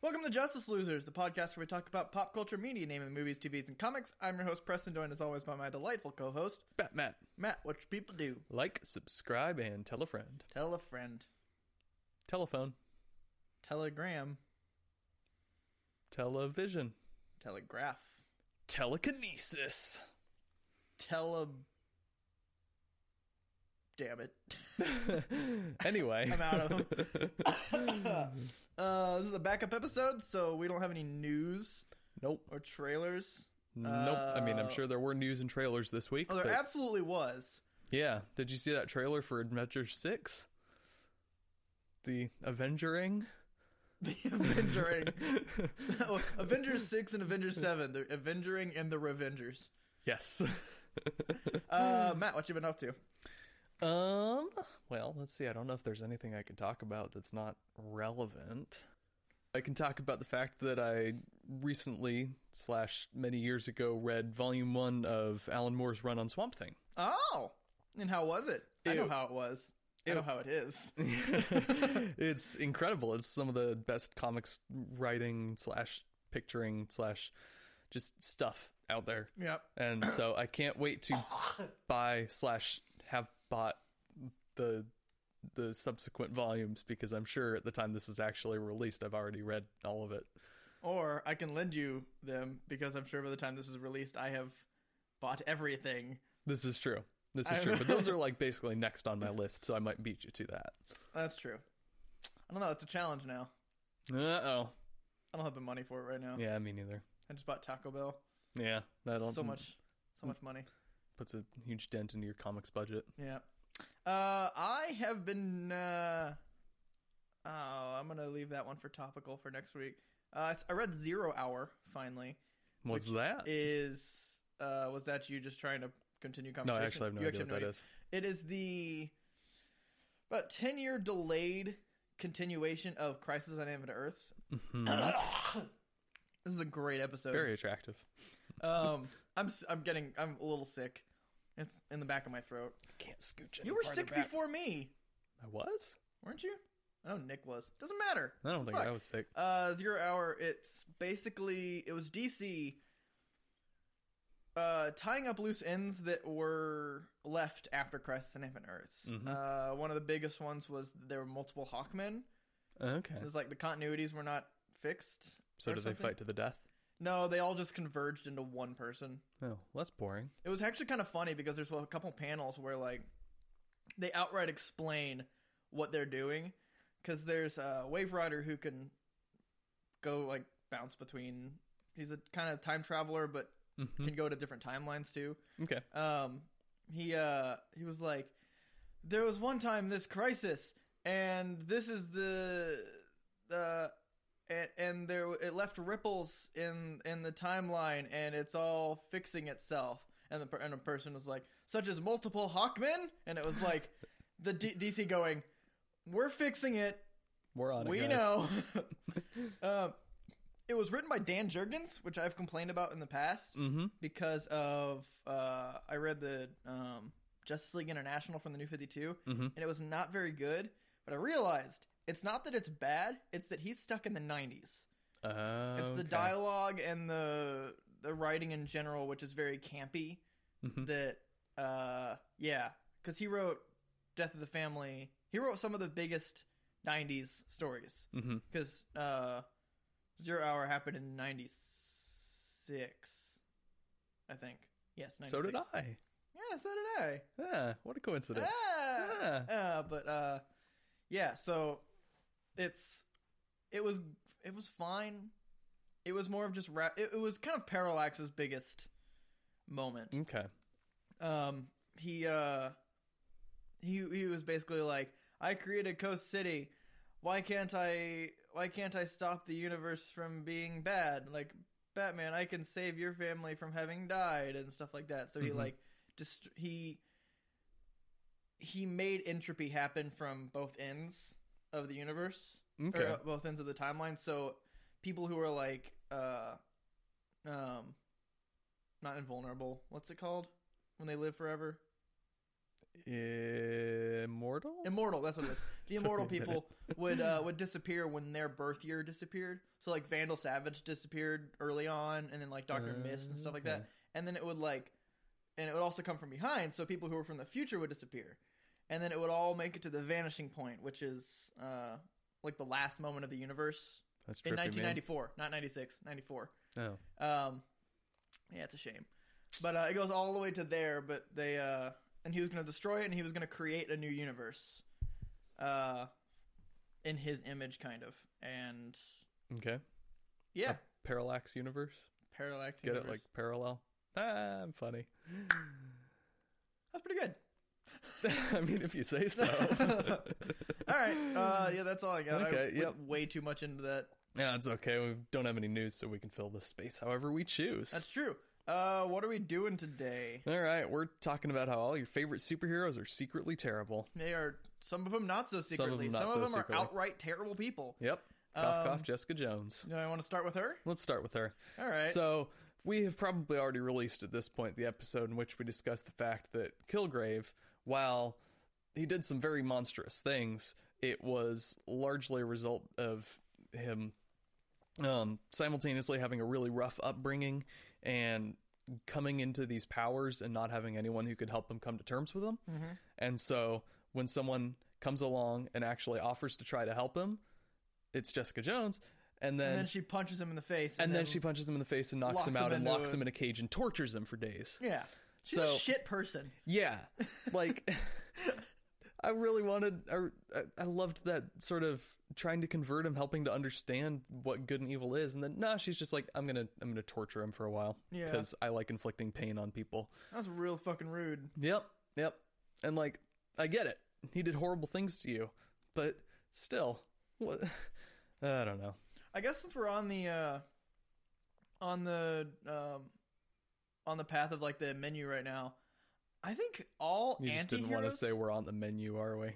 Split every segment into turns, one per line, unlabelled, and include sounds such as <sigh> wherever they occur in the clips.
Welcome to Justice Losers, the podcast where we talk about pop culture media, naming movies, TVs, and comics. I'm your host, Preston, joined as always by my delightful co host,
Batman.
Matt. What should people do?
Like, subscribe, and tell a friend.
Tell a friend.
Telephone.
Telegram.
Television.
Telegraph.
Telekinesis. <laughs>
Tele. Damn it. <laughs>
Anyway,
I'm out of them. uh, this is a backup episode, so we don't have any news
<laughs> nope.
or trailers.
nope. I mean,
Uh,
I'm sure there were news and trailers this week.
Oh, there
but-
absolutely was. <laughs>
yeah. Did you see that trailer for Adventure 6? The Avengering?
The Avengering. oh, Avengers 6 and Avengers 7. The Avengering and the Revengers.
<laughs> Yes. <laughs>
Uh, Matt, what you been up to?
um, well, let's see. I don't know if there's anything I can talk about that's not relevant. I can talk about the fact that I recently, slash many years ago, read volume one of Alan Moore's run on Swamp Thing.
Oh! And how was it? I know
Ew.
how it was. I know how it
<laughs>
is.
it's incredible. It's some of the best comics writing slash picturing slash just stuff out there.
Yep.
And so I can't wait to buy slash have bought the the subsequent volumes because I'm sure at the time this is actually released, I've already read all of it.
Or I can lend you them because I'm sure by the time this is released, I have bought everything.
This is true. This is
I'm-
true. But those are like basically next on my list, so I might beat you to that.
That's true. I don't know. It's a challenge now.
Uh oh.
I don't have the money for it right now.
Yeah, me neither.
I just bought Taco Bell.
Yeah, that'll
So much, so much money.
puts a huge dent into your comics budget.
Yeah. Uh, I have been. Uh, oh, I'm gonna leave that one for topical for next week. Uh, I read Zero Hour finally.
What's that?
Is uh, was that you just trying to continue conversation?
actually have no
You
idea what that
It is the about ten year delayed continuation of Crisis on Infinite
<clears throat>
Earths. Uh,
Uh-huh.
<clears throat> this is a great episode.
Mm-hmm. Very attractive.
Um, I'm s- I'm getting I'm a little sick. It's in the back of my throat.
Can't scooch
You were sick before me,
I was.
weren't you? I know Nick was. Doesn't matter.
I don't think
Fuck.
I was sick.
Uh, Zero Hour. It's basically it was DC. Uh, tying up loose ends that were left after Crisis and Infinite Earths. Uh, one of the biggest ones was there were multiple Hawkmen.
Okay.
It was like the continuities were not fixed.
So
or
did they
something.
fight to the death?
No, they all just converged into one person.
Oh, well, that's boring.
It was actually kind of funny because there's a couple panels where like they outright explain what they're doing because there's a Wave Rider who can go like bounce between. He's a kind of time traveler, but
Hmm.
can go to different timelines too.
<laughs> Okay.
Um, he uh he was like, there was one time this crisis, and this is the the. And, and there, it left ripples in in the timeline, and it's all fixing itself. And the per- and a person was like, such as multiple Hawkmen, and it was like, the D- DC going, we're fixing it.
We're on it.
We
guys.
know. um, it was written by Dan Jurgens, which I've complained about in the past
Mm-hmm.
because of uh, I read the um, Justice League International from the New Fifty and it was not very good. But I realized it's not that it's bad; it's that he's stuck in the '90s.
Oh,
It's the
okay.
dialogue and the the writing in general, which is very campy.
Mm-hmm. Mm.
That uh, yeah, because he wrote Death of the Family. He wrote some of the biggest '90s stories.
Mm-hmm.
Because mm uh, Zero Hour happened in '96, I think. Yes, 96.
So did I.
Yeah, so did I.
Yeah. What a coincidence.
Ah!
Yeah.
Uh, but uh, yeah. So it's it was it was fine. It was more of just ra- it, it was kind of Parallax's biggest moment.
Okay.
Um, he uh, he he was basically like, I created Coast City. Why can't I? Why can't I stop the universe from being bad? Like Batman, I can save your family from having died and stuff like that. So he like just he he made entropy happen from both ends of the universe
Okay.
or uh, both ends of the timeline. So people who are like uh um not invulnerable. What's it called when they live forever? uh,
Immortal?
Immortal. That's what
<laughs>
it is. The immortal
Sorry,
people would uh, would disappear when their birth year disappeared. So like Vandal Savage disappeared early on, and then like Doctor
Uh,
Mist and stuff like
okay.
that. And then it would like, and it would also come from behind. So people who were from the future would disappear, and then it would all make it to the vanishing point, which is uh, like the last moment of the universe
That's
in
trippy, man.
1994, not 96, 94.
Oh,
Um, yeah, it's a shame, but uh, it goes all the way to there. But they uh, and he was going to destroy it, and he was going to create a new universe, uh, in his image, kind of. And
okay.
yeah,
A parallax universe.
parallax.
Get
universe.
it? Like parallel. Ah, I'm funny. <laughs>
that's pretty good.
I mean, if you say so.
<laughs> All right, uh, yeah, that's all I got. I
Okay,
went
yep.
way too much into that.
yeah, it's okay. We don't have any news, so we can fill this space however we choose.
That's true. Uh, what are we doing today?
All right, we're talking about how all your favorite superheroes are secretly terrible.
They are some of them not so
of 'em
secretly.
not so
are
secretly.
outright terrible people.
Yep. Cough,
Um,
cough, Jessica Jones.
Do I want to start with her?
Let's start with her.
All right.
So we have probably already released at this point the episode in which we discussed the fact that Kilgrave, while he did some very monstrous things, it was largely a result of him um, simultaneously having a really rough upbringing and coming into these powers and not having anyone who could help him come to terms with them.
Mhm.
And so when someone comes along and actually offers to try to help him, it's Jessica Jones. And then,
and then she punches him in the face,
and then, she punches him in the face and knocks
locks
him out
him
and
into
locks
a-
him in a cage and tortures him for days.
<laughs> Yeah. She's
So-
a shit person.
Yeah,
<laughs>
like <laughs> I really wanted. I, I loved that sort of trying to convert him, helping to understand what good and evil is, and then nah, she's just like, I'm gonna, I'm gonna torture him for a while
Yeah.
because I like inflicting pain on people.
That's real fucking rude.
Yep, yep, and like I get it. He did horrible things to you, but still, what? <laughs> I don't know.
I guess since we're on the uh on the um on the path of like the menu right now, I think all
You just didn't want to
anti-heroes
say we're on the menu, are we?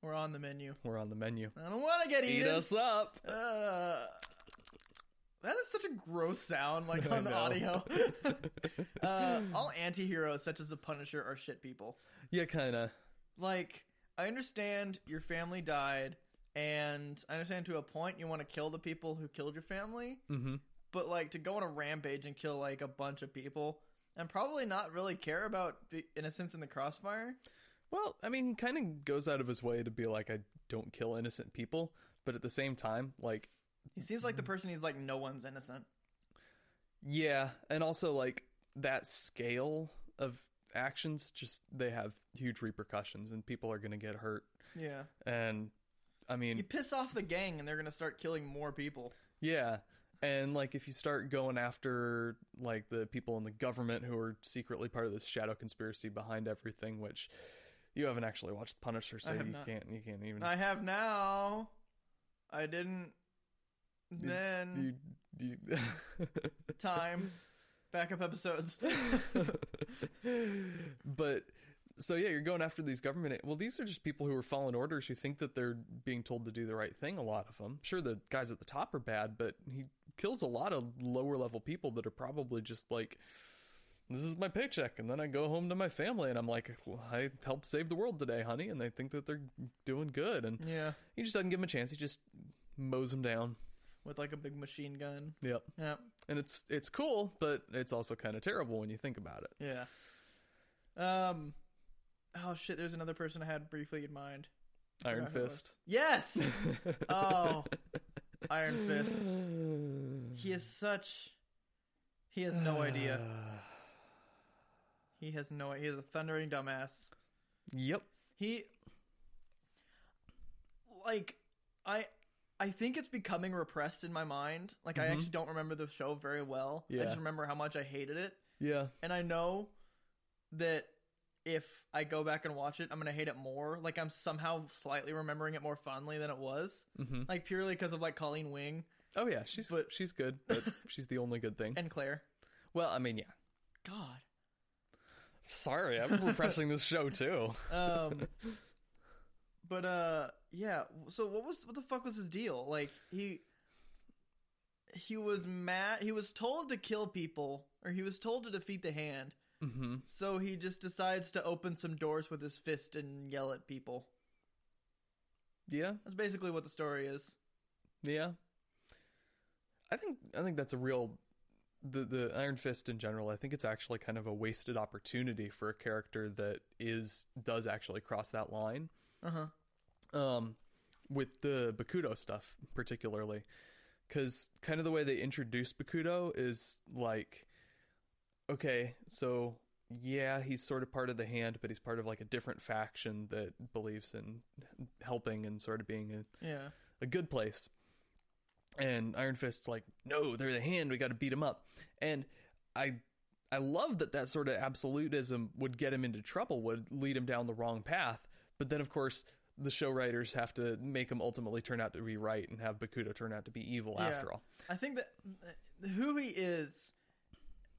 we're on the menu.
We're on the menu.
I don't want to get
Eat
eaten.
us up.
Uh, that is such a gross sound like
<laughs> I
on the
know.
audio. <laughs> uh, all anti-heroes such as the Punisher are shit people.
<laughs> yeah, kind of.
like I understand your family died and I understand to a point you want to kill the people who killed your family,
Mm-hmm.
but like to go on a rampage and kill like a bunch of people and probably not really care about the innocence in the crossfire.
Well, I mean, he kind of goes out of his way to be like, I don't kill innocent people, but at the same time, like,
He seems like the person he's like no one's innocent.
yeah, and also like that scale of actions, just they have huge repercussions, and people are going to get hurt.
Yeah.
And I mean,
You piss off the gang and they're going to start killing more people.
yeah, and like if you start going after like the people in the government who are secretly part of this shadow conspiracy behind everything, which you haven't actually watched The Punisher, so
have
you
not.
can't, you can't even.
I have now. I didn't then
you, you, <laughs>
time backup episodes.
<laughs> but so yeah, you're going after these government. Well, these are just people who are following orders who think that they're being told to do the right thing. A lot of them. Sure, the guys at the top are bad, but he kills a lot of lower level people that are probably just like, "This is my paycheck," and then I go home to my family, and I'm like, well, "I helped save the world today, honey," and they think that they're doing good, and
yeah.
he just doesn't give them a chance. He just mows them down.
With like a big machine gun.
Yep.
Yeah.
And it's it's cool, but it's also kind of terrible when you think about it.
Yeah. Um. Oh shit! There's another person I had briefly in mind.
Iron
Forgot who it was.
Fist.
Yes.
<laughs>
oh, Iron Fist. He is such. He has no idea. He has no. He is a thundering dumbass.
<sighs> Yep.
He. Like, I. I think it's becoming repressed in my mind. Like, I
Mhm.
actually don't remember the show very well. I
Yeah.
just remember how much I hated it.
Yeah.
and I know that if I go back and watch it, I'm gonna hate it more. Like I'm somehow slightly remembering it more fondly than it was,
hmm
like purely because of like Colleen Wing
Oh yeah, she's
But-
she's good,
<laughs>
but she's the only good thing.
and Claire.
Well, I mean, yeah.
God,
Sorry, I'm repressing this show too.
um, <laughs> but uh, yeah. So what was what the fuck was his deal? Like he he was mad. He was told to kill people, or he was told to defeat the hand,
<laughs> Mm-hmm.
So he just decides to open some doors with his fist and yell at people.
Yeah.
That's basically what the story is.
Yeah. I think I think that's a real the the Iron Fist in general, I think it's actually kind of a wasted opportunity for a character that is does actually cross that line.
Uh huh.
Um with the Bakudo stuff particularly cuz kind of the way they introduce Bakudo is like okay, so yeah, he's sort of part of the hand, but he's part of like a different faction that believes in helping and sort of being a
Yeah.
a good place. And Iron Fist's like, no, they're the hand. We got to beat them up. And I, I love that that sort of absolutism would get him into trouble, would lead him down the wrong path. But then, of course, the show writers have to make him ultimately turn out to be right and have Bakudo turn out to be evil
Yeah.
after all.
I think that uh, who he is,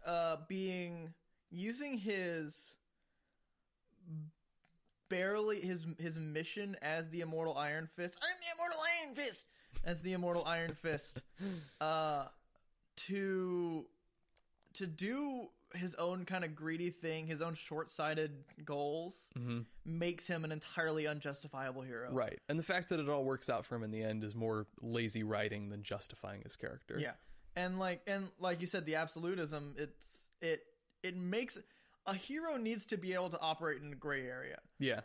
uh, being using his barely his his mission as the immortal Iron Fist. I'm the immortal Iron Fist. As the immortal Iron Fist, uh, to to do his own kind of greedy thing, his own short sighted goals
hmm
makes him an entirely unjustifiable hero.
Right. And the fact that it all works out for him in the end is more lazy writing than justifying his character.
Yeah, and like and like you said, the absolutism. It's it it makes a hero needs to be able to operate in a gray area.
Yeah.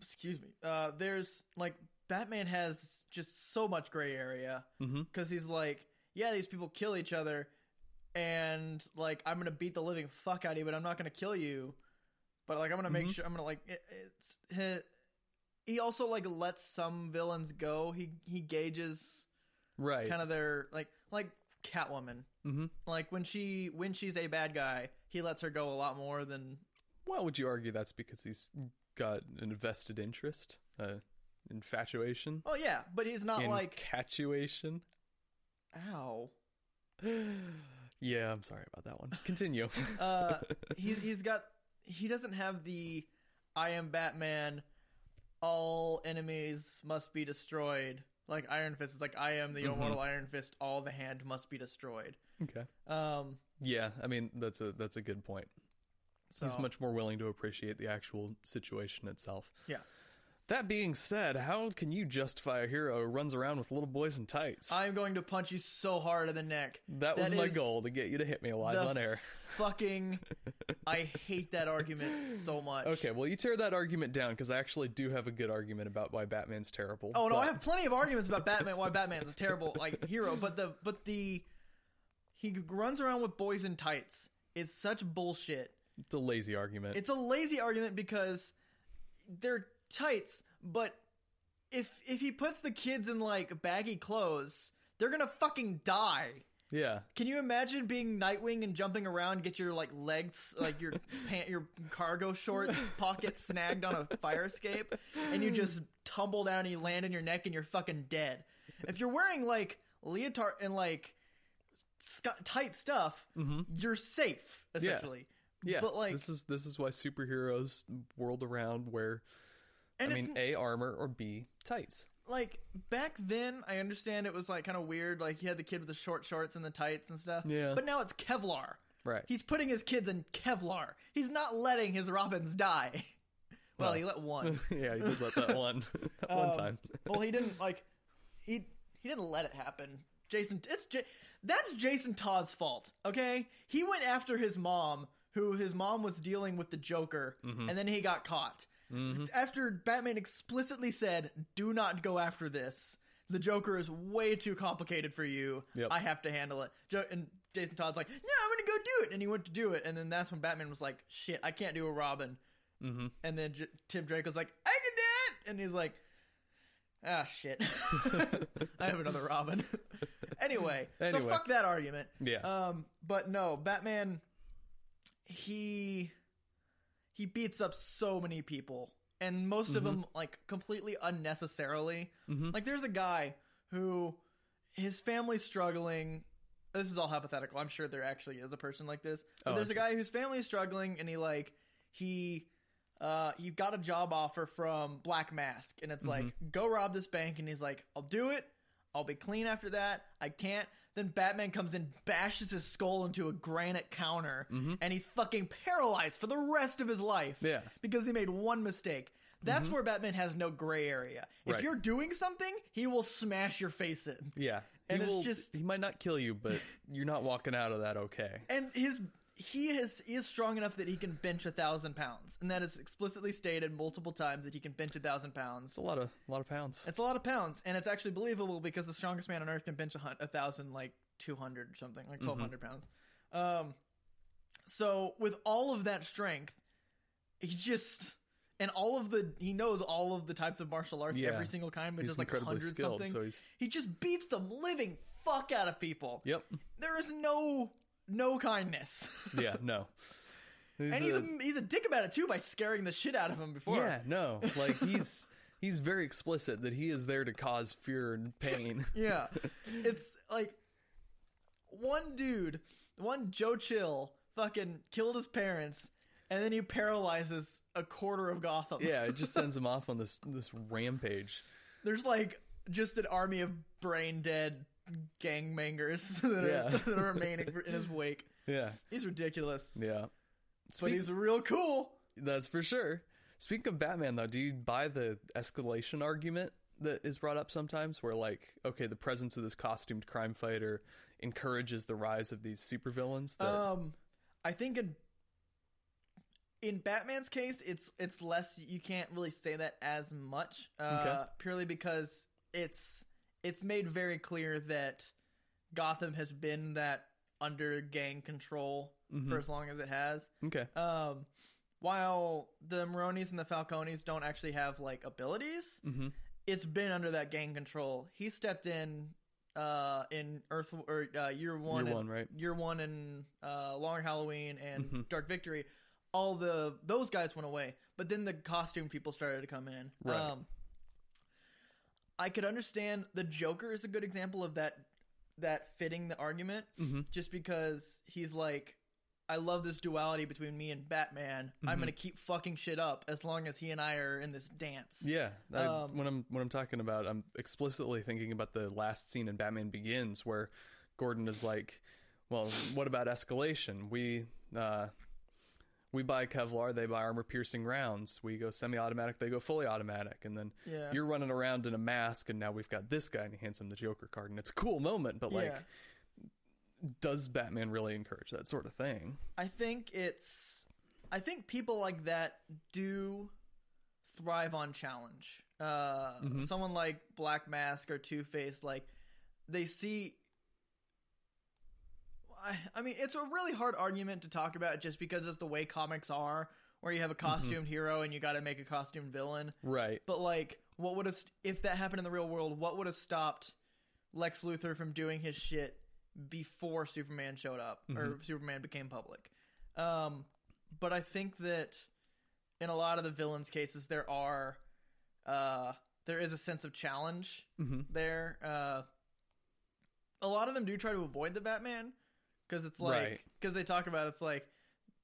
Excuse me. Uh, there's like Batman has just so much gray area
hmm
because he's like, yeah, these people kill each other, and like I'm gonna beat the living fuck out of you, but I'm not gonna kill you. But like I'm gonna make
Mhm.
sure I'm gonna like it, it's he, he also like lets some villains go. He he gauges
Right.
kind of their like like Catwoman
hmm
like when she when she's a bad guy he lets her go a lot more than
Well, would you argue that's because he's got an invested interest, uh, infatuation,
oh yeah but he's not like
incatuation?
ow
<gasps> yeah, I'm sorry about that one.
<laughs>
Continue. <laughs>
uh he's he's got he doesn't have the i am batman all enemies must be destroyed like iron fist is like i am the
Mhm.
immortal iron fist all the hand must be destroyed
okay.
um
Yeah, I mean that's a that's a good point.
so
He's much more willing to appreciate the actual situation itself.
Yeah.
That being said, how can you justify a hero who runs around with little boys in tights?
i'm going to punch you so hard in the neck
that was
that
my
is
goal to get you to hit me live
the
on air. <laughs>
fucking i hate that argument so much
Okay, well, you tear that argument down because I actually do have a good argument about why Batman's terrible.
Oh no,
but-
I have plenty of arguments about Batman. Why Batman's a terrible like hero, but the but the he runs around with boys in tights is such bullshit.
It's a lazy argument.
It's a lazy argument because they're tights, but if if he puts the kids in like baggy clothes, they're gonna fucking die.
yeah,
Can you imagine being Nightwing and jumping around, get your like legs, like
<laughs>
your pant, your cargo shorts pocket snagged on a fire escape, and you just tumble down and you land on your neck and you're fucking dead. If you're wearing like leotard and like sc- tight stuff,
Mhm.
you're safe essentially.
yeah.
But like,
this is this is why superheroes world around wear
and
I
it's
mean eh a armor or b tights.
like back then, I understand it was like kind of weird. Like you had the kid with the short shorts and the tights and stuff.
Yeah.
But now it's Kevlar.
Right.
He's putting his kids in Kevlar. He's not letting his Robins die. <laughs> Well,
Well.
he let
<laughs>
one.
<laughs> yeah, he did let that one that
Um,
<laughs> one time.
well, he didn't like he he didn't let it happen. Jason, it's J- that's Jason Todd's fault. Okay, he went after his mom, who his mom was dealing with the Joker,
Mm-hmm.
and then he got caught. After Batman explicitly said, "Do not go after this. The Joker is way too complicated for you.
Yep.
I have to handle it." Jo- and Jason Todd's like, "No, I'm gonna go do it," and he went to do it, and then that's when Batman was like, "Shit, I can't do a Robin."
Mhm.
And then J- Tim Drake was like, "I can do it," and he's like, "Ah, shit, <laughs> I have another Robin." <laughs> anyway, so
Anyway.
fuck that argument.
Yeah.
Um, but no, Batman. He he beats up so many people, and most
Mm-hmm.
of them like completely unnecessarily.
Mhm.
Like, there's a guy who his family's struggling. This is all hypothetical. I'm sure there actually is a person like this. But
Oh,
there's
okay.
a guy whose family is struggling, and he like he uh he got
Mm-hmm.
a job offer from Black Mask, and it's like go rob this bank, and he's like, I'll do it. I'll be clean after that. I can't. Then Batman comes and bashes his skull into a granite counter,
Mhm.
and he's fucking paralyzed for the rest of his life
Yeah.
because he made one mistake. That's where Batman has no gray area. If
Right.
you're doing something, he will smash your face in.
Yeah.
And
he
it's
will,
just-
he might not kill you, <laughs> but you're not walking out of that okay.
And his he is he is strong enough that he can bench a thousand pounds, and that is explicitly stated multiple times that he can bench a thousand
It's
pounds.
a lot of a lot of pounds.
It's a lot of pounds, and it's actually believable because the strongest man on earth can bench a, hun- a thousand, like two hundred or something, like
Mm-hmm.
twelve pounds. Um, so with all of that strength, he just and all of the he knows all of the types of martial arts,
Yeah.
every single kind, which
He's
is like
incredibly
hundred
skilled,
something.
so he's
He just beats the living fuck out of people.
Yep.
There is no no kindness.
Yeah, no.
<laughs>
He's
and he's
a-
a, he's a dick about it too by scaring the shit out of him before.
Yeah, no. <laughs> Like he's he's very explicit that he is there to cause fear and <laughs> pain.
Yeah. it's like one dude, one Joe Chill, fucking killed his parents, and then he paralyzes a quarter of Gotham.
yeah, it just sends him off on this this rampage.
There's like just an army of brain dead gangmangers <laughs> that, are,
Yeah.
that are remaining in his wake.
Yeah.
He's ridiculous.
Yeah.
But
Speak-
he's real cool.
that's for sure. Speaking of Batman though, do you buy the escalation argument that is brought up sometimes where like, okay, the presence of this costumed crime fighter encourages the rise of these supervillains that
Um, I think in in Batman's case, it's it's less. You can't really say that as much, uh,
Okay.
purely because it's it's made very clear that Gotham has been that under gang control
Mhm.
for as long as it has.
Okay.
Um, while the Maronis and the Falcones don't actually have like abilities,
Mm-hmm.
it's been under that gang control. He stepped in uh in Earth or uh, Year One,
Year
and-
one, right?
Year One and uh, Long Halloween and
Mhm.
Dark Victory, all the those guys went away. But then the costume people started to come in. Um,
Right.
I could understand the Joker is a good example of that that fitting the argument,
Mm-hmm.
just because he's like, I love this duality between me and Batman. I'm
Mhm.
gonna keep fucking shit up as long as he and I are in this dance.
Yeah, I,
Um,
when I'm when I'm talking about, I'm explicitly thinking about the last scene in Batman Begins where Gordon is like, "Well, what about escalation? We uh, we buy Kevlar, they buy armor-piercing rounds. We go semi-automatic, they go fully automatic, and then
Yeah.
you're running around in a mask, and now we've got this guy, and he hands him the Joker card, and it's a cool moment. But like,
Yeah.
does Batman really encourage that sort of thing?
I think it's I think people like that do thrive on challenge. Uh
Mhm.
someone like Black Mask or Two Face like they see I, I mean it's a really hard argument to talk about just because it's the way comics are where you have a costumed hero and you got to make a costumed villain.
Right.
But like, what would have if that happened in the real world? What would have stopped Lex Luthor from doing his shit before Superman showed up or Superman became public? Um, but I think that in a lot of the villains' cases, there are uh, there is a sense of challenge
Mm-hmm.
there. Uh, a lot of them do try to avoid the Batman because it's like
Right.
because they talk about it's like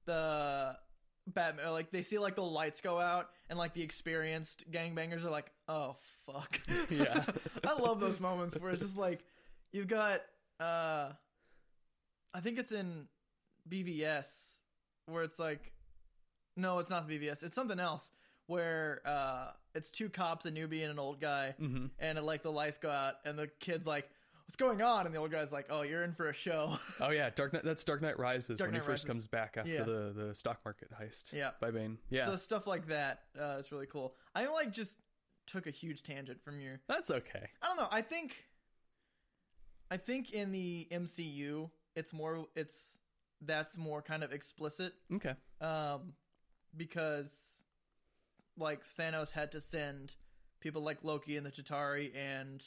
the Batman like they see like the lights go out and like the experienced gangbangers are like oh fuck
<laughs> Yeah.
<laughs> I love those moments where it's just like you've got uh I think it's in BVS where it's like no it's not the BVS it's something else where uh it's two cops a newbie and an old guy
Mm-hmm.
and like the lights go out and the kid's like what's going on and the old guy's like oh you're in for a show <laughs>
Oh yeah, Dark Knight. That's Dark Knight Rises
Dark
when he
Knight
first
Rises.
comes back after
Yeah.
the the stock market heist.
Yeah.
by Bane. Yeah,
so stuff like that uh, is really cool i like just took a huge tangent from your
that's okay.
i don't know i think i think in the mcu it's more it's that's more kind of explicit
Okay.
um because like thanos had to send people like loki and the chitari and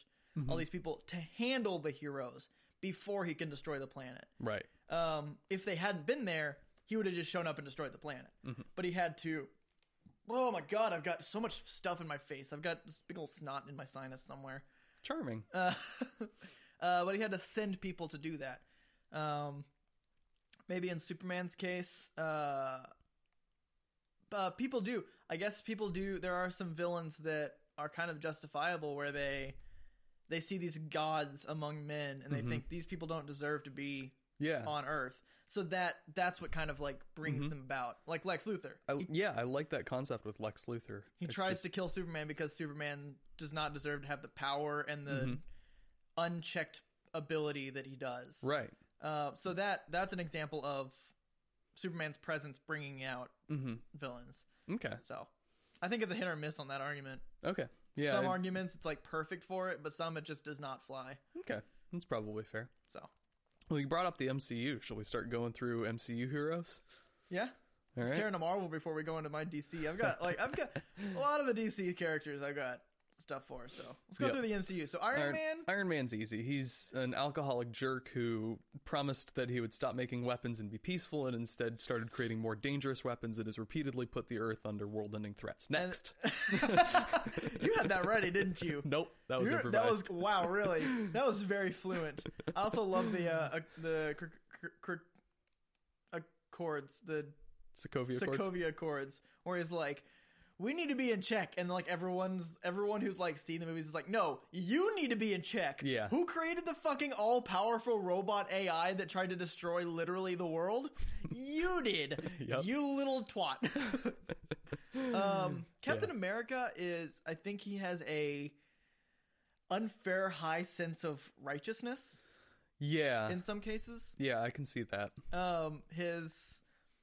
all
Mhm.
these people to handle the heroes before he can destroy the planet
Right.
um, if they hadn't been there, he would have just shown up and destroyed the planet.
Mhm.
But he had to. Oh my god, I've got so much stuff in my face. I've got this big old snot in my sinus somewhere. <laughs>
Charming.
Uh, uh, but he had to send people to do that. Um, maybe in Superman's case, uh, uh, people do. I guess people do. There are some villains that are kind of justifiable where they they see these gods among men and they
Mhm.
think these people don't deserve to be
Yeah.
on earth so that that's what kind of like brings
Mhm.
them about like lex luthor
I,
he,
yeah, I like that concept with Lex Luthor.
he
It's
tries
just-
to kill superman because superman does not deserve to have the power and the
Mhm.
unchecked ability that he does
right.
uh, so that that's an example of superman's presence bringing out
hmm
villains
Okay.
so i think it's a hit or miss on that argument
Okay. Yeah.
some
I-
arguments it's like perfect for it but some it just does not fly
okay. That's probably fair.
so
Well, you brought up the MCU. Shall we start going through MCU heroes?
yeah
All
Just
right.
tearing to Marvel before we go into my DC. I've got like I've got a lot of the DC characters. I've got stuff for. So let's go
Yep.
through the MCU. So Iron, Man.
Iron Man's easy. He's an alcoholic jerk who promised that he would stop making weapons and be peaceful, and instead started creating more dangerous weapons that has repeatedly put the Earth under world-ending threats. Next.
<laughs> you had that ready, didn't you?
nope, that was
You're-
improvised.
that was wow, really.
<laughs>
That was very fluent. I also love the uh, uh, the cr- cr- cr- accords, the
Sokovia Accords.
Sokovia Accords, where he's like, "We need to be in check," and like everyone's everyone who's like seen the movies is like, "No, you need to be in check."
Yeah.
Who created the fucking all powerful robot AI that tried to destroy literally the world?
<laughs>
you did.
Yep.
You little twat.
<laughs>
um, Captain
Yeah.
America is, I think he has a unfair high sense of righteousness
Yeah.
in some cases
Yeah, I can see that.
um his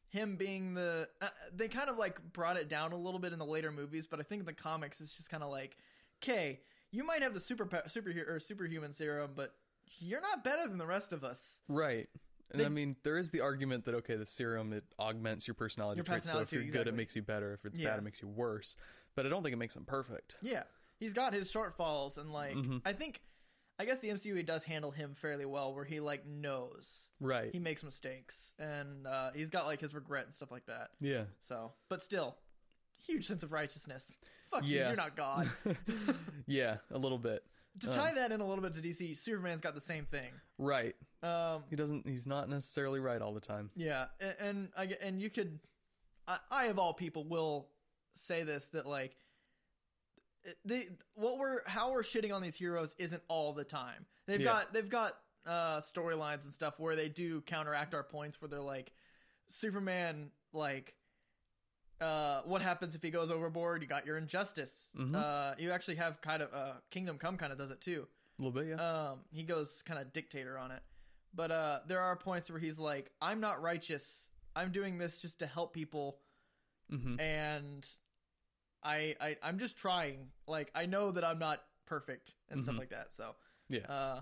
him being the uh, they kind of like brought it down a little bit in the later movies but i think in the comics it's just kind of like okay you might have the super super or superhuman serum but you're not better than the rest of us
Right. And
They-
I mean, there is the argument that okay, the serum it augments your personality
Your
traits. so if
personality,
you're good, it
exactly.
makes you better. If it's
Yeah.
bad, it makes you worse. But I don't think it makes them perfect.
yeah he's got his shortfalls and like
Mhm.
i think i guess the mcu E does handle him fairly well where he like knows
Right.
he makes mistakes and uh, he's got like his regret and stuff like that
yeah. <laughs>
so but still huge sense of righteousness fuck you
Yeah.
you're not god
yeah, a little bit.
to
Um,
tie that in a little bit to DC, Superman's got the same thing.
Right.
Um,
He doesn't. He's not necessarily right all the time.
yeah, and, and I g- and you could, I, I of all people will say this that like, they what we're how we're shitting on these heroes isn't all the time. They've
Yeah.
got they've got uh, storylines and stuff where they do counteract our points where they're like, Superman like. Uh, what happens if he goes overboard? You got your injustice.
Mhm.
Uh, you actually have kind of uh, Kingdom Come kind of does it too.
A little bit. Yeah.
um he goes kind of dictator on it but uh there are points where he's like i'm not righteous i'm doing this just to help people
hmm
and i, I i'm just trying like i know that i'm not perfect and stuff
Mhm.
like that so
Yeah.
uh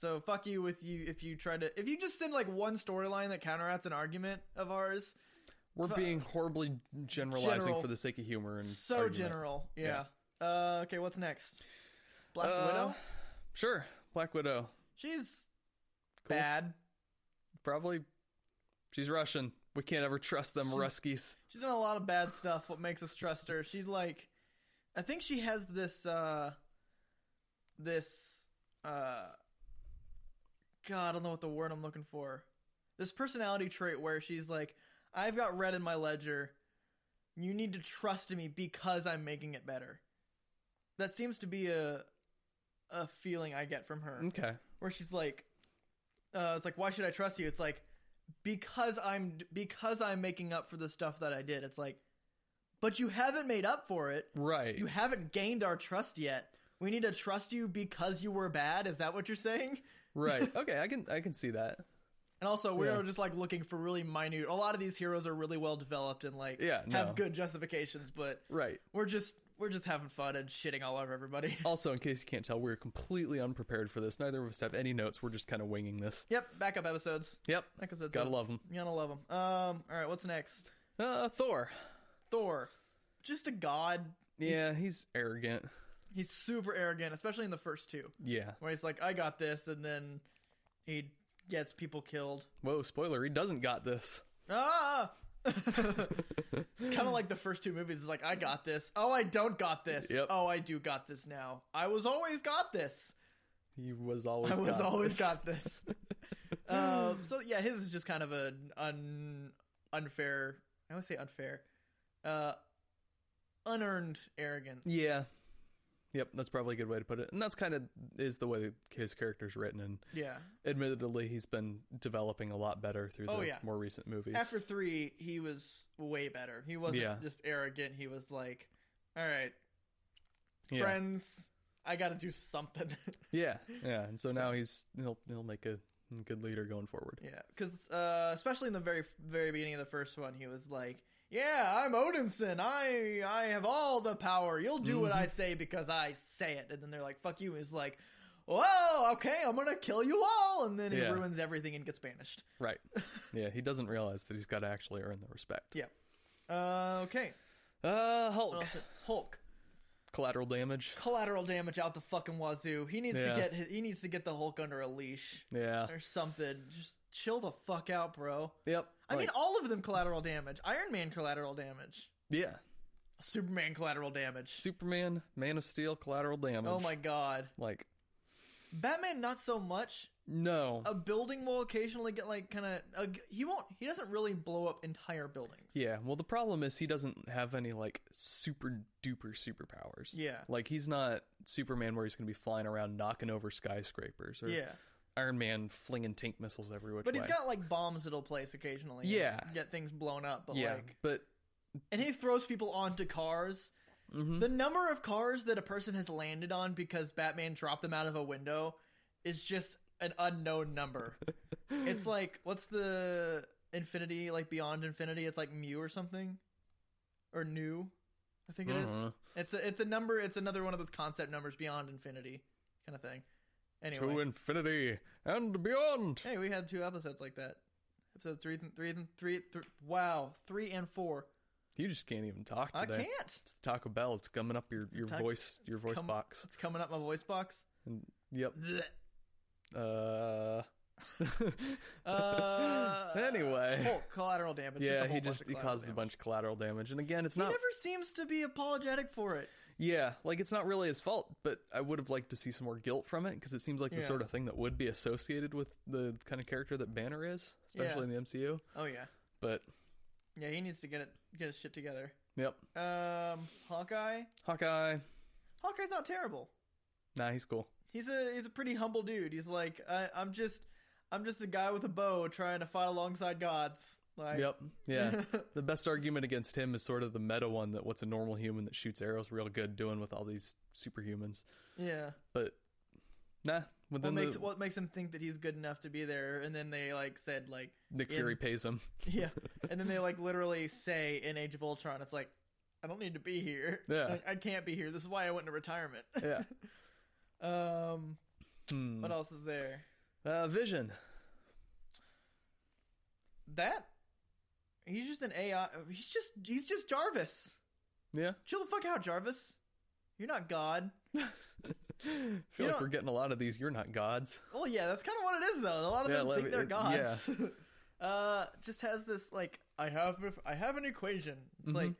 so fuck you with you if you try to if you just send like one storyline that counteracts an argument of ours
We're
fu-
being horribly generalizing
uh, General.
for the sake of humor and
so
argument.
general yeah, uh okay what's next black
Uh,
widow
Sure, Black Widow.
she's
Cool.
bad
Probably. She's Russian. We can't ever trust them
She's-
Ruskies.
She's done a lot of bad stuff. What makes us trust her? She's like, I think she has this, uh, this, uh, God, I don't know what the word I'm looking for. This personality trait where she's like, I've got red in my ledger. You need to trust me because I'm making it better. That seems to be a, a feeling I get from her
Okay.
where she's like, uh, it's like, why should I trust you? It's like, because I'm because I'm making up for the stuff that I did. It's like, but you haven't made up for it.
Right.
You <laughs> haven't gained our trust yet. We need to trust you because you were bad. Is that what you're saying?
right. Okay. I can. I can see that.
And also, we
Yeah.
are just like looking for really minute. A lot of these heroes are really well developed and like
Yeah, no.
have good justifications, but
Right.
we're just we're just having fun and shitting all over everybody. <laughs>
Also, in case you can't tell, we're completely unprepared for this. Neither of us have any notes. We're just kind of winging this.
yep, backup episodes.
Yep.
Backup episodes.
Gotta love them.
You gotta love them. Um. All right, what's next?
Uh, Thor.
Thor, just a god.
Yeah, he's arrogant.
He's super arrogant, especially in the first two,
Yeah.
where he's like, "I got this," and then he gets people killed.
Whoa, spoiler. He doesn't
<laughs>
got this.
Ah! it's kind of like the first two movies. It's like, "I got this." Oh, I don't got this.
Yep.
Oh, I do got this now. I was always got this.
<laughs> He was always.
I was
got
always
this.
got
<laughs>
this. um, so yeah, his is just kind of an un- unfair. I always say unfair. Uh, unearned arrogance.
Yeah. Yep, that's probably a good way to put it. And that's kind of is the way his character's written. And
Yeah.
admittedly, he's been developing a lot better through the
Oh, yeah.
more recent movies.
After three, he was way better. He wasn't
Yeah.
just arrogant. He was like, all right,
yeah.
friends, I got to do something. <laughs>
yeah, yeah. And so,
So-
now he's he'll he'll make a good leader going forward.
yeah. Because uh, especially in the very very beginning of the first one, he was like, yeah, I'm Odinson. I I have all the power. You'll do what
Mm-hmm.
I say because I say it. And then they're like, fuck you. He's like, whoa, okay, I'm going to kill you all. And then he
Yeah.
ruins everything and gets banished. <laughs>
Right. yeah, he doesn't realize that he's got to actually earn the respect.
Yeah. Uh, okay.
Uh,
What
Hulk.
else? Hulk.
Collateral damage.
collateral damage out the fucking wazoo. He needs
Yeah.
to get his, he needs to get the Hulk under a leash
Yeah.
or something. Just chill the fuck out, bro.
Yep.
I mean,
Like,
all of them collateral damage. Iron Man collateral damage.
yeah.
Superman collateral damage.
Superman, Man of Steel, collateral damage.
Oh my god.
Like,
Batman not so much.
no.
A building will occasionally get like kind of he won't he doesn't really blow up entire buildings.
Yeah, well, the problem is he doesn't have any like super duper superpowers.
Yeah.
like he's not Superman where he's going to be flying around knocking over skyscrapers or
Yeah.
Iron Man flinging tank missiles every which
But
way.
he's got like bombs that'll place occasionally. and
Yeah.
Get things blown up, but
yeah,
like
but
and he throws people onto cars.
mhm.
The number of cars that a person has landed on because Batman dropped them out of a window is just an unknown number. it's like what's the infinity like beyond infinity? It's like mu or something, or new. I think it is.
Mhm.
It's a it's a number. It's another one of those concept numbers beyond infinity kind of thing. Anyway,
to infinity and beyond.
hey, we had two episodes like that. Episode three, and three, and three, th- wow, three and four.
You just can't even talk
I
today.
can't.
It's Taco Bell. It's coming up your your
Taco-
voice your
it's
voice
come-
box.
It's coming up my voice box.
Yep.
Blech. <laughs>
Uh.
Uh,
Anyway.
Hulk, collateral damage. just
<laughs> yeah,
a whole
he
bunch
just
of
he
collateral
causes a
damage.
bunch of collateral damage, and again, it's
He
not
never seems to be apologetic for it.
Yeah, like it's not really his fault, but I would have liked to see some more guilt from it because it seems like the
Yeah.
sort of thing that would be associated with the kind of character that Banner is, especially in the MCU.
Oh yeah,
But
yeah. He needs to get it, get his shit together.
yep,
Um, Hawkeye.
Hawkeye,
Hawkeye's not terrible.
nah, he's cool.
He's a he's a pretty humble dude. He's like I, I'm just I'm just a guy with a bow trying to fight alongside gods. Like
Yep, yeah. the best argument against him is sort of the meta one that what's a normal human that shoots arrows real good doing with all these superhumans,
<laughs> yeah.
but nah. But
What
then
makes
the,
what makes him think that he's good enough to be there? And then they like said like
Nick
in-
Fury
<laughs>
pays him.
Yeah. And then they like literally say in Age of Ultron, it's like, I don't need to be here.
Yeah.
Like, I can't be here. This is why I went into retirement. <laughs>
Yeah.
um
Hmm.
what else is there?
Uh, Vision.
That he's just an AI he's just he's just Jarvis.
Yeah. <laughs>
Chill the fuck out, Jarvis. You're not God.
I feel
You
like
know-
we're getting a lot of these. You're not gods.
Well yeah, that's kinda what it is though. A lot of
Yeah,
them
let
think
me-
they're
it-
gods. <laughs> uh just has this like I have I have an equation. It's
Mm-hmm.
like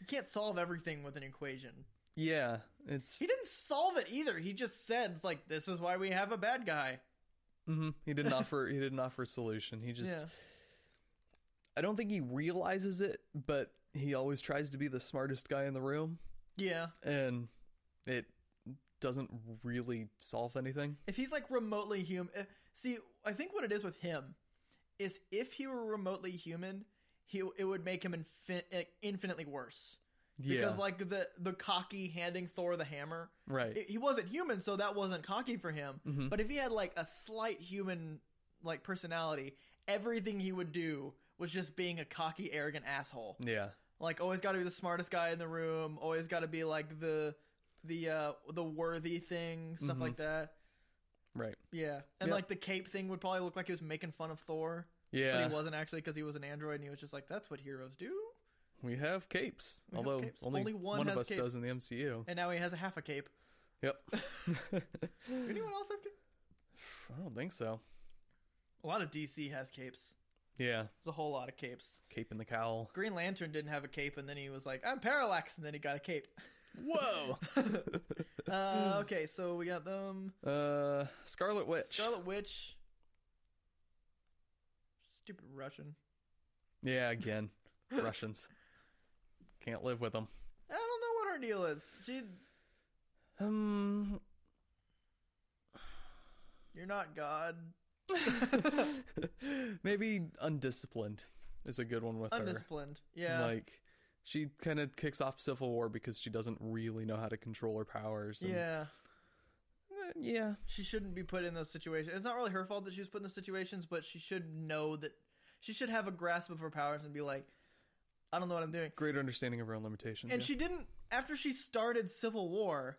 you can't solve everything with an equation.
Yeah, it's
He didn't solve it either. He just said, it's like, this is why we have a bad guy.
hmm
<laughs>
He didn't offer. He didn't offer a solution. He just. I don't think he realizes it, but he always tries to be the smartest guy in the room,
yeah. Yeah.
and it doesn't really solve anything.
If he's like remotely human. See, I think what it is with him is if he were remotely human, he it would make him infin- eh, infinitely worse.
Yeah,
Because like the the cocky handing Thor the hammer,
right.
it- he wasn't human, so that wasn't cocky for him.
Mhm.
But if he had like a slight human like personality, everything he would do was just being a cocky, arrogant asshole.
yeah,
like always got to be the smartest guy in the room always got to be like the the uh the worthy thing stuff
Mhm.
like that
right.
yeah and
Yep.
like the cape thing would probably look like he was making fun of thor but
Yeah,
he wasn't actually because he was an android and he was just like that's what heroes do
we have capes.
We have
although
capes.
Only,
Only one
one, of
has
us
cape.
does in the MCU.
and now he has a half a cape
Yep.
<laughs> anyone else have capes
<laughs> I don't think so.
a lot of dc has capes
Yeah,
there's a whole lot of capes
cape in the cowl.
green lantern didn't have a cape and then he was like i'm parallax and then he got a cape
Whoa.
uh, okay so we got them
<laughs> uh, Scarlet Witch.
scarlet witch stupid russian
Yeah, again, Russians can't live with them.
I don't know what her deal is. She Hmm. <laughs>
Um,
You're not God.
<laughs> maybe undisciplined is a good one with her.
Undisciplined. Yeah.
Like she kind of kicks off civil war because she doesn't really know how to control her powers. and-
yeah.
Eh, yeah.
She shouldn't be put in those situations. It's not really her fault that she was put in those situations, but she should know that she should have a grasp of her powers and be like, I don't know what I'm doing.
Greater understanding of her own limitations.
And
yeah.
she didn't after she started Civil War,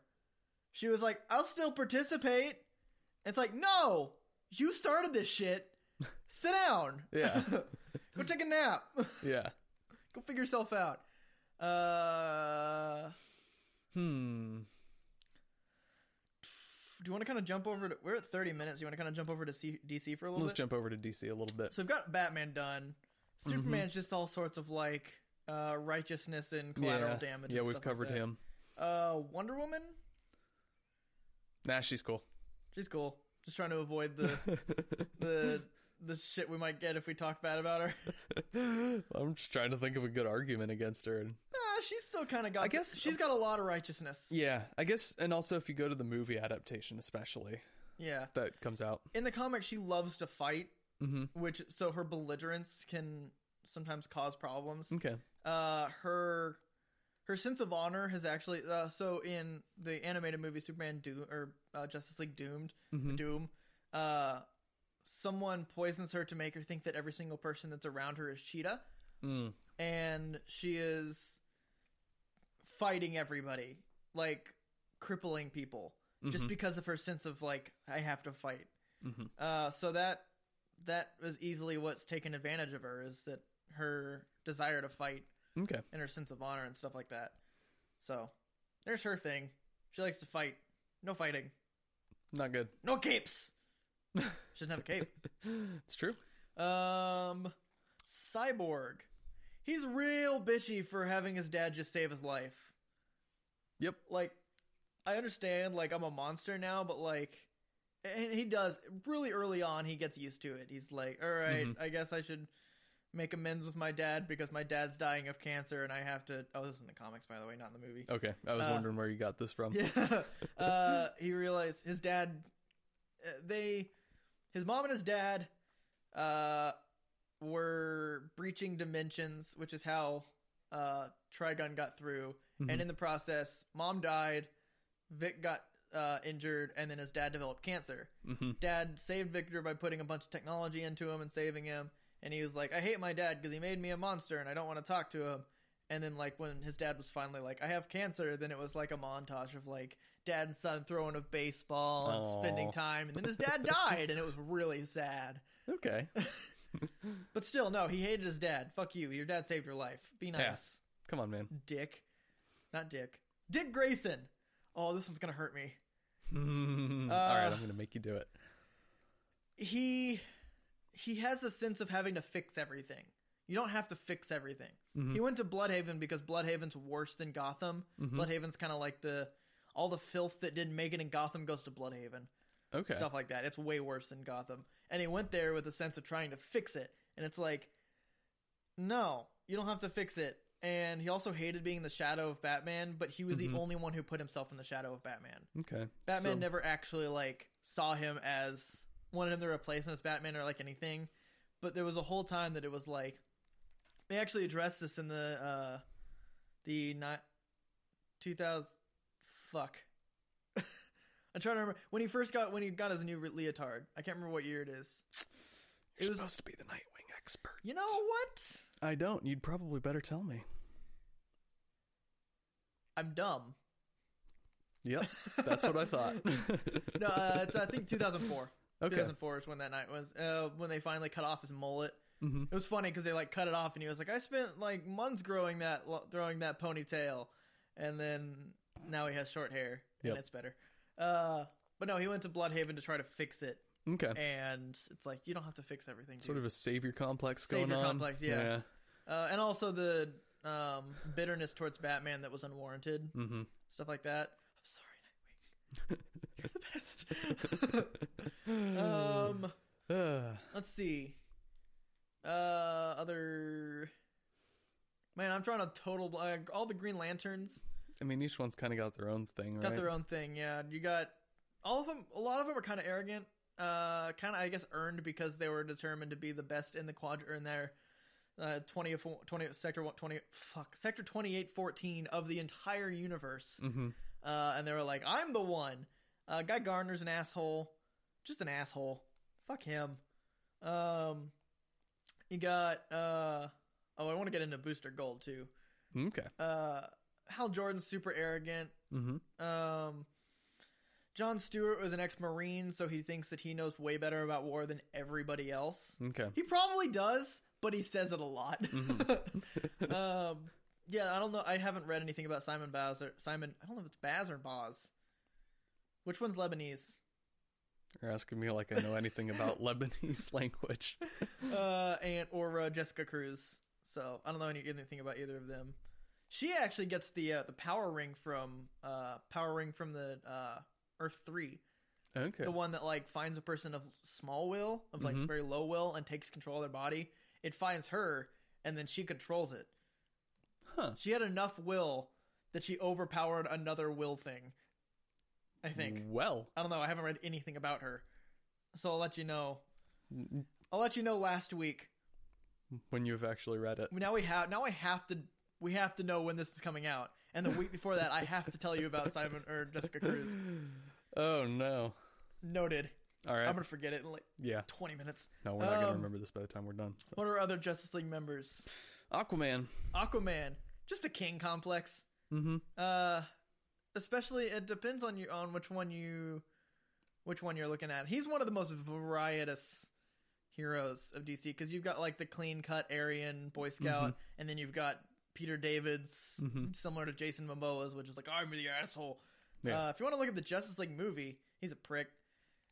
she was like, I'll still participate. It's like, no, you started this shit.
<laughs>
Sit down.
Yeah.
<laughs> Go take a nap. <laughs>
yeah.
Go figure yourself out. Uh
Hmm.
do you want to kind of jump over to we're at 30 minutes. You want to kind of jump over to C- DC for a little
Let's
bit?
jump Mm-hmm. over to DC a little bit.
So we've got Batman done. Superman's just all sorts of like uh, righteousness and collateral
yeah.
damage.
Yeah,
and
we've
stuff like
covered
that.
him.
Uh, Wonder Woman,
Nah, she's cool. <laughs>
she's cool. Just trying to avoid the the the shit we might get if we talk bad about her. <laughs>
I'm just trying to think of a good argument against her. and-
Ah, she's still kind of got.
I guess-
she's got a lot of righteousness.
Yeah, I guess, and also if you go to the movie adaptation, especially
yeah.
that comes out.
In the comics, she loves to fight,
Mm-hmm.
which so her belligerence can sometimes cause problems.
Okay.
uh her her sense of honor has actually uh, so in the animated movie Superman Doom or uh, Justice League Doomed
Mm-hmm.
Doom uh someone poisons her to make her think that every single person that's around her is Cheetah
Mm.
and she is fighting everybody like crippling people just
Mhm.
because of her sense of like I have to fight
Mhm.
uh, so that that is easily what's taken advantage of her is that her desire to fight
Okay.
and her sense of honor and stuff like that. So there's her thing. She likes to fight. No fighting. <laughs>
Not good.
No capes. Shouldn't have a cape.
It's true.
Um, Cyborg. He's real bitchy for having his dad just save his life.
Yep.
Like, I understand. Like, I'm a monster now, but like, and he does really early on. He gets used to it. He's like, all right,
Mhm.
I guess I should make amends with my dad because my dad's dying of cancer, and I have to. Oh, this is in the comics, by the way, not in the movie.
Okay. I was
Uh,
wondering where you got this from.
Yeah. <laughs> Uh, he realized his dad, uh, they, his mom and his dad, uh, were breaching dimensions, which is how, uh, Trigon got through.
Mhm.
And in the process, mom died, Vic got, uh, injured, and then his dad developed cancer.
Mhm.
Dad saved Victor by putting a bunch of technology into him and saving him. And he was like, I hate my dad because he made me a monster and I don't want to talk to him. And then, like, when his dad was finally like, I have cancer, then it was like a montage of like dad and son throwing a baseball and
Aw.
spending time. And then his dad died and it was really sad.
Okay.
But still, no, he hated his dad. Fuck you. Your dad saved your life. Be nice.
Yeah. Come
<laughs>
on, man.
Dick. Not Dick. Dick Grayson. Oh, this one's going to hurt me.
All
Uh,
right, Mm-hmm. I'm gonna make you do it.
he he has a sense of having to fix everything. You don't have to fix everything.
Mhm.
He went to Bloodhaven because Bloodhaven's worse than Gotham.
Mhm.
Bloodhaven's kind of like the all the filth that didn't make it in Gotham goes to Bloodhaven.
Okay.
Stuff like that. It's way worse than Gotham. And he went there with a sense of trying to fix it. And it's like no, you don't have to fix it. And he also hated being in the shadow of Batman, but he was
Mhm.
the only one who put himself in the shadow of Batman.
Okay.
Batman
So-
never actually like saw him as wanted him to replace him as Batman or like anything. But there was a whole time that it was like they actually addressed this in the uh the not two thousand fuck. <laughs> I'm trying to remember when he first got when he got his new re- leotard. I can't remember what year it is.
You're
it was-
supposed to be the Nightwing expert.
You know what?
I don't. You'd probably better tell me.
I'm dumb.
Yep. That's what I thought.
<laughs> No, uh, it's I think 2004.
<laughs> Okay.
2004 is when that night was uh, when they finally cut off his mullet.
hmm
It was funny because they like cut it off, and he was like, "I spent like months growing that, throwing that ponytail," and then now he has short hair, and
Yep.
it's better. Uh, but no, he went to Bloodhaven to try to fix it,
Okay.
and it's like you don't have to fix everything.
Sort
dude.
of a savior complex
Savior
going on.
complex, yeah. uh, and also the um, bitterness towards Batman that was unwarranted,
Mm-hmm.
stuff like that. I'm sorry, Nightwing. You're the best. <laughs>
<sighs>
um, let's see. Uh, other. Man, I'm trying to total blank. All the uh, Green Lanterns.
I mean, each one's kind of got their own thing, right?
Got their own thing, yeah. You got all of them. A lot of them are kind of arrogant, uh, kind of I guess earned because they were determined to be the best in the quadrant in their uh, 20, of four- 20 sector one- 20 fuck sector twenty eight fourteen of the entire universe.
Mm-hmm.
Uh, and they were like, "I'm the one." Uh, Guy Gardner's an asshole, just an asshole. Fuck him. Um, you got uh oh, I want to get into Booster Gold too.
Okay.
Uh, Hal Jordan's super arrogant.
Mm-hmm.
Um, John Stewart was an ex-marine, so he thinks that he knows way better about war than everybody else.
Okay.
He probably does, but he says it a lot. <laughs> um, yeah, I don't know. I haven't read anything about Simon Baz or Simon. I don't know if it's Baz or Boz. Which one's Lebanese?
You're asking me like I know
<laughs>
anything about Lebanese <laughs> language.
Uh, and or uh, Jessica Cruz. So I don't know any, anything about either of them. She actually gets the uh, the power ring from uh, power ring from the uh, Earth Three.
Okay.
the one that like finds a person of small will of like
Mhm.
very low will and takes control of their body it finds her and then she controls it
Huh.
she had enough will that she overpowered another will thing i think
Well,
i don't know i haven't read anything about her so i'll let you know
n-
i'll let you know last week
when you've actually read it.
now we have now i have to we have to know when this is coming out and the week before that i have to tell you about simon or jessica cruz
<sighs> Oh no.
noted
All right.
i'm gonna forget it in like
Yeah.
20 minutes
No, we're not gonna
Um,
remember this by the time we're done. So.
what are other justice league members
Aquaman.
Aquaman, just a king complex.
Mm-hmm.
Uh, especially it depends on you on which one you, which one you're looking at. He's one of the most varietous heroes of DC because you've got like the clean cut Aryan Boy Scout,
Mm-hmm.
and then you've got Peter David's
Mhm.
similar to Jason Momoa's, which is like I'm the asshole.
Yeah.
Uh, if you want to look at the Justice League movie, he's a prick.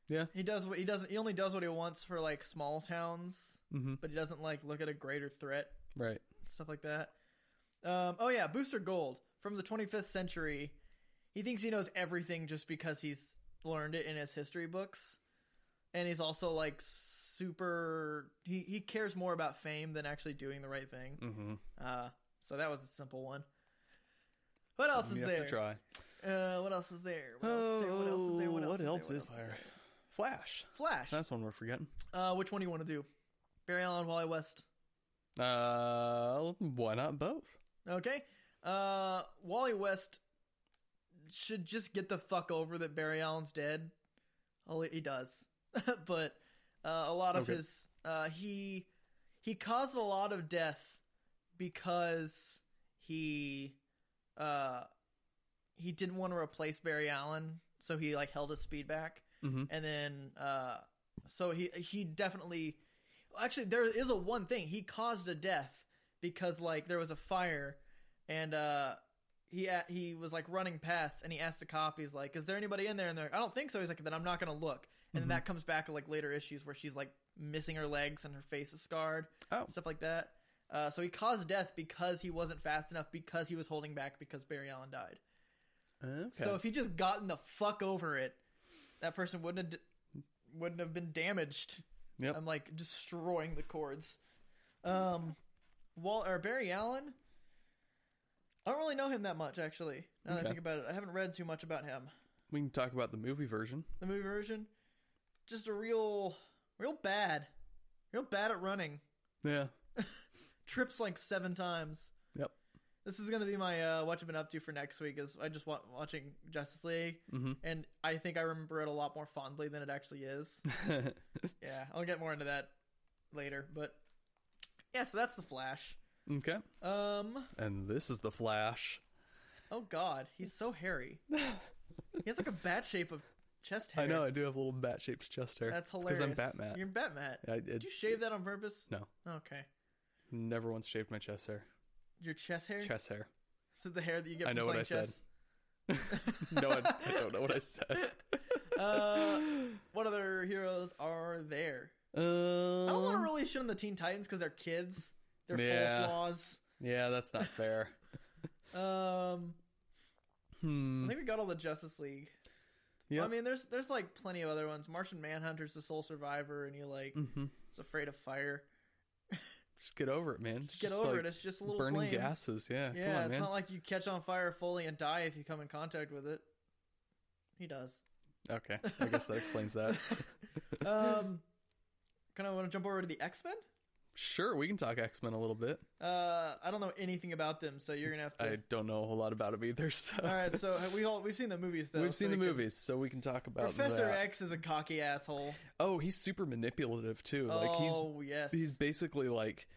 Yeah.
he does what he doesn't. He only does what he wants for like small towns,
Mm-hmm.
but he doesn't like look at a greater threat
Right.
stuff like that. Um, oh yeah, Booster Gold from the 25th century. He thinks he knows everything just because he's learned it in his history books, and he's also like super. He he cares more about fame than actually doing the right thing.
Mm-hmm.
Uh, so that was a simple one. What else is
you
there?
have to try.
Uh, what else is there? What else is there?
Oh,
What else is there? What else is there? What else
is there? Flash.
Flash.
That's one we're forgetting.
Uh, which one do you want to do? Barry Allen, Wally West.
Uh, why not both?
Okay. Uh, Wally West should just get the fuck over that Barry Allen's dead. Well, he does, <laughs> but uh, a lot of
Okay.
his uh, he he caused a lot of death because he uh, he didn't want to replace Barry Allen, so he like held his speed back
Mm-hmm.
and then uh so he he definitely actually there is a one thing he caused a death because like there was a fire and uh he a- he was like running past and he asked the cop he's like is there anybody in there and they're like, i don't think so he's like then i'm not gonna look and
Mhm.
then that comes back like later issues where she's like missing her legs and her face is scarred
Oh.
stuff like that uh, so he caused death because he wasn't fast enough because he was holding back because barry allen died
Okay.
so if he just gotten the fuck over it, that person wouldn't have, d- wouldn't have been damaged.
Yep.
I'm like destroying the cords. Um, Wall or Barry Allen. I don't really know him that much, actually. Now that
Okay.
I think about it, I haven't read too much about him.
we can talk about the movie version.
The movie version, just a real, real bad, real bad at running.
Yeah.
Trips like seven times.
Yep.
This is gonna be my uh, what I've been up to for next week. Is I just want watching Justice League
Mm-hmm.
and I think I remember it a lot more fondly than it actually is.
<laughs>
yeah, I'll get more into that later, but yeah, so that's the Flash.
okay.
Um,
And this is the Flash.
oh god, he's so hairy. He has like a bat shape of chest hair.
I know I do have a little bat-shaped chest hair.
That's
It's
hilarious.
I'm Batman.
You're Batman.
I, it,
Did you shave that on purpose?
No.
Okay.
never once shaved my chest hair.
Your chest hair?
Chest hair.
Is it the hair that you get
I
from
know what
playing
I said.
chess?
<laughs> no, I, I don't know what I said.
<laughs>
<laughs>
Uh, what other heroes are there? I don't want to
Um,
really shit on the Teen Titans because they're kids. They're full
Yeah.
of flaws.
Yeah, that's not
<laughs>
fair.
Um, I
hmm.
think we got all the Justice League.
Yeah.
I mean, there's there's like plenty of
Mm.
other ones. Martian Manhunter's the sole survivor, and he like
Mm-hmm.
is afraid of fire.
Just get over it, man. It's
Just get
just
over
like
it. It's just a little
burning
flame.
gases. Yeah,
Yeah,
come on,
it's
man.
not like you catch on fire fully and die if you come in contact with it. He does.
Okay,
<laughs>
I guess that explains that.
um, kind of want to jump over to the X Men.
sure, we can talk X Men a little bit.
Uh, I don't know anything about them, so you're gonna have to.
I don't know a whole lot about it either. <laughs> So,
All right, so uh, we all we've seen the movies though.
we've
so
seen the
we can-
movies, so we can talk about
Professor
that.
X is a cocky asshole.
Oh, he's super manipulative too. Like he's
oh yes,
he's basically like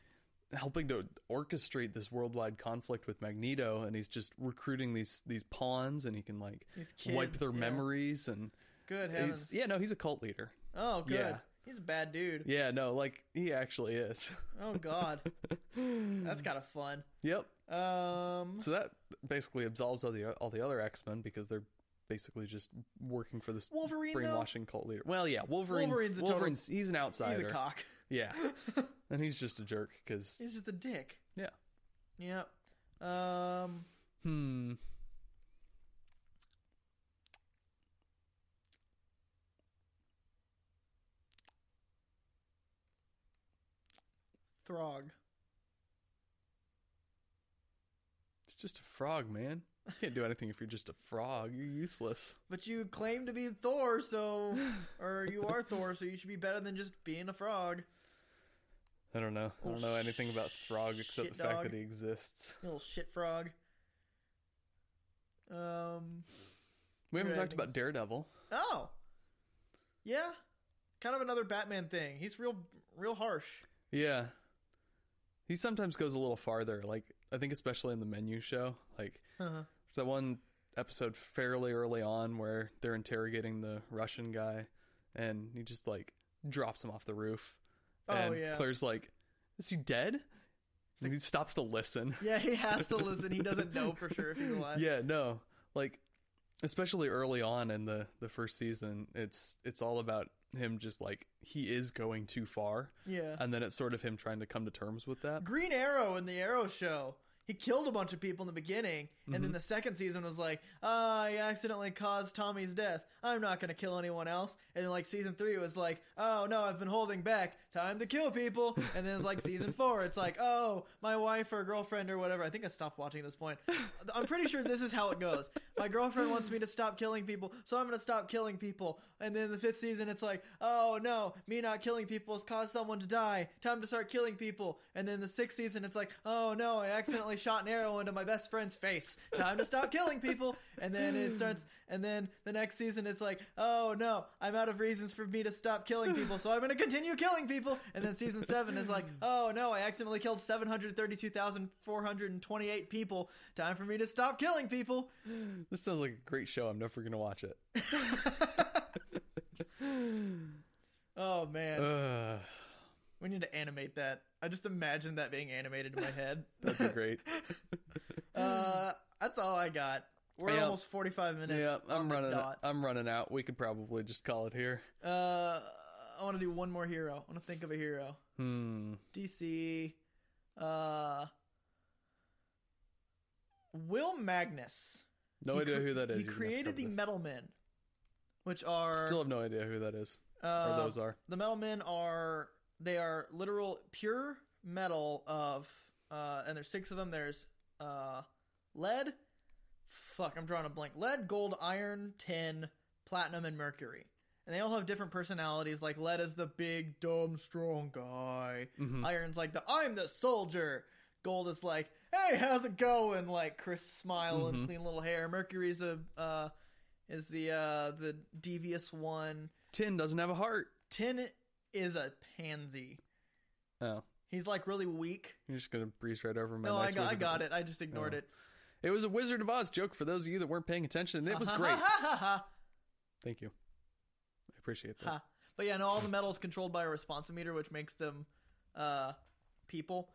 helping to orchestrate this worldwide conflict with Magneto, and he's just recruiting these these pawns, and he can like
These kids,
wipe their
yeah.
memories. And
Good heavens.
he's yeah, no, he's a cult leader.
Oh, good.
Yeah.
He's a bad dude.
Yeah, no, like he actually is.
Oh God,
<laughs>
that's kind of fun.
yep.
Um,
So that basically absolves all the all the other X Men because they're basically just working for this
Wolverine, though?
brainwashing cult leader. Well, yeah, Wolverine's
Wolverine's a
Wolverine's,
total-
he's an
he's
outsider.
a cock. <laughs>
Yeah, and he's just a jerk because
he's just a dick.
Yeah.
Yep. Um,
hmm.
Throg.
It's just a frog, man. You can't do anything if you're just a frog. You're useless.
But you claim to be Thor,
<sighs>
so or you are Thor, so you should be better than just being a frog.
I don't know. I
Oh,
don't know anything about Throg except
shit
the fact
dog.
that he exists.
You little shit frog. Um.
We haven't
Yeah, I
talked
think
about Daredevil.
Oh. Yeah. Kind of another Batman thing. He's real, real harsh. <laughs>
Yeah. He sometimes goes a little farther. Like, I think especially in the menu show. Like,
Uh-huh.
there's that one episode fairly early on where they're interrogating the Russian guy and he just, like, drops him off the roof.
Oh,
and
yeah.
Claire's like, Is he dead? And he stops to listen.
Yeah, he has to listen. He doesn't know for sure
<laughs>
if he's alive.
yeah no like especially early on in the the first season it's it's all about him just like he is going too far
Yeah.
and then it's sort of him trying to come to terms
<gasps>
with that
Green Arrow in the Arrow show. He killed a bunch of people in the beginning, and then the second season was like, "Ah, I accidentally caused Tommy's death. I'm not going to kill anyone else." And then like season three was like, "Oh no, I've been holding back. Time to kill people." And then like season four, it's like, "Oh, my wife or girlfriend or whatever." I think I stopped watching at this point. I'm pretty sure this is how it goes. My girlfriend wants me to stop killing people, so I'm going to stop killing people. And then the fifth season, it's like, oh no, me not killing people has caused someone to die. Time to start killing people. And then the sixth season, it's like, oh no, I accidentally <laughs> shot an arrow into my best friend's face. Time to stop killing people. And then it starts. And then the next season, it's like, oh no, I'm out of reasons for me to stop killing people, so I'm going to continue killing people. And then season seven is like, oh no, I accidentally killed 732,428 people. Time for me to stop killing people. <laughs>
this sounds like a great show i'm never gonna
<sighs>
watch it
Oh man,
Ugh,
we need to animate that. I just imagined that being animated
<laughs>
in my head.
that'd be
<laughs>
great
uh, that's all I got. We're
Yeah.
almost 45 minutes.
yeah
on
i'm
the
running
dot.
i'm running out we could probably just call it here
Uh, I want to do one more hero. I want to think of a hero.
hmm
DC. Uh, Will Magnus.
no
He
idea
cre-
who that is
He
You're gonna have to
created
cover
the
this.
Metal Men, which are
still have no idea who that is or
uh,
those are
The metal men are they are literal pure metal of uh, and there's six of them. There's uh, lead, fuck, I'm drawing a blank. Lead, gold, iron, tin, platinum, and mercury. And they all have different personalities. Like lead is the big, dumb, strong guy.
Mhm.
Iron's like the I'm the soldier. Gold is like, hey, how's it going? Like crisp smile and
Mhm.
clean little hair. Mercury's a uh, is the uh, the devious one.
tin doesn't have a heart
Tin is a pansy.
oh
He's like really weak.
you're just gonna breeze right over my
No, I
nice
got, I
Wizard of
got it. I just ignored
Oh.
it.
It was a Wizard of Oz joke for those of you that weren't paying attention, and
<laughs>
it was
Uh-huh.
great. Thank you. I appreciate that.
Ha. But yeah, no, all the metal is controlled by a responsometer, which makes them uh, people.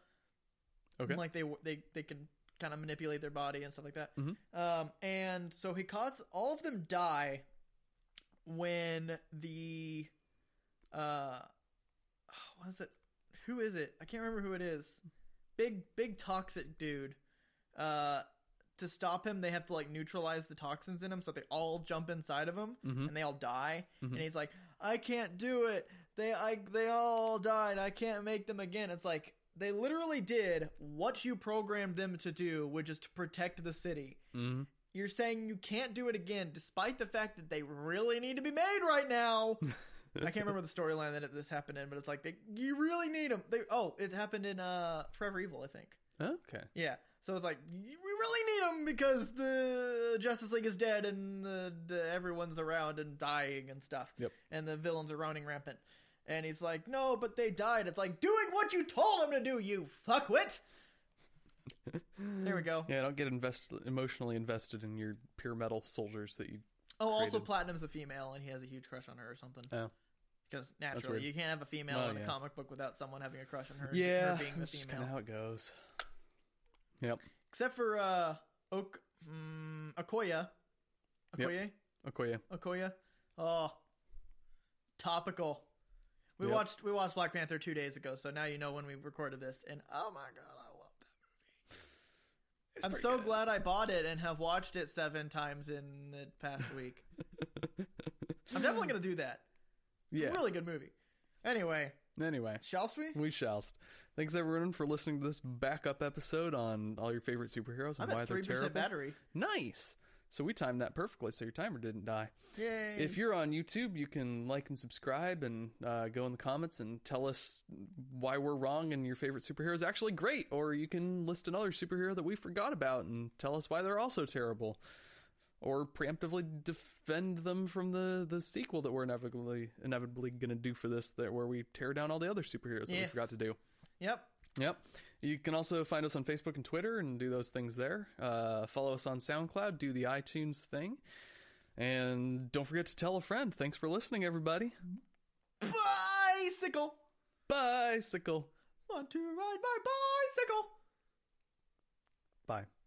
Okay.
Like they they they can kind of manipulate their body and stuff like that.
Mhm.
Um, and so he caused all of them die when the uh, what is it? Who is it? I can't remember who it is. Big big toxic dude. Uh, to stop him, they have to like neutralize the toxins in him, so they all jump inside of him
Mhm.
and they all die.
Mhm.
And he's like, I can't do it. they I they all died. I can't make them again. It's like they literally did what you programmed them to do, which is to protect the city.
Mhm.
You're saying you can't do it again, despite the fact that they really need to be made right now. I can't remember the storyline that this happened in, but it's like they, you really need them. They oh, it happened in uh Forever Evil, I think.
Okay.
Yeah. So it's like y- we really need them because the Justice League is dead and the, the everyone's around and dying and stuff.
Yep.
And the villains are running rampant. And he's like, "No, but they died." It's like doing what you told them to do, you fuckwit. There we go.
Yeah, don't get invested emotionally invested in your pure metal soldiers that you.
Oh, also
Created.
Platinum's a female and he has a huge crush on her or something.
Oh.
Because
weird.
naturally, you can't have a female
Oh,
in a
yeah.
comic book without someone having a crush on her.
yeah,
her being the
that's just kind
female.
of how it goes.
Except for uh, Ok mm, Okoye.
Yep.
Okoye.
Okoye.
Okoye. Oh, topical. We
Yep.
watched we watched Black Panther two days ago, so now you know when we recorded this. And oh my god, I love that.
It's
I'm
pretty
so
good.
glad I bought it and have watched it seven times in the past
<laughs>
week. I'm definitely gonna do that. It's
Yeah.
a really good movie. Anyway,
Anyway,
shall we?
we shall. Thanks everyone for listening to this backup episode on all your favorite superheroes and
I'm
why
at
they're
three percent
terrible.
battery.
Nice. So we timed that perfectly, so your timer didn't die.
Yay!
If you're on YouTube, you can like and subscribe and uh, go in the comments and tell us why we're wrong and your favorite superhero is actually great. Or you can list another superhero that we forgot about and tell us why they're also terrible. Or preemptively defend them from the, the sequel that we're inevitably inevitably going to do for this, that where we tear down all the other superheroes that we
Yes.
forgot to do.
yep.
Yep. You can also find us on Facebook and Twitter and do those things there. Uh, follow us on SoundCloud, do the iTunes thing. And don't forget to tell a friend. Thanks for listening, everybody.
Bicycle.
Bicycle.
Want to ride my bicycle?
Bye.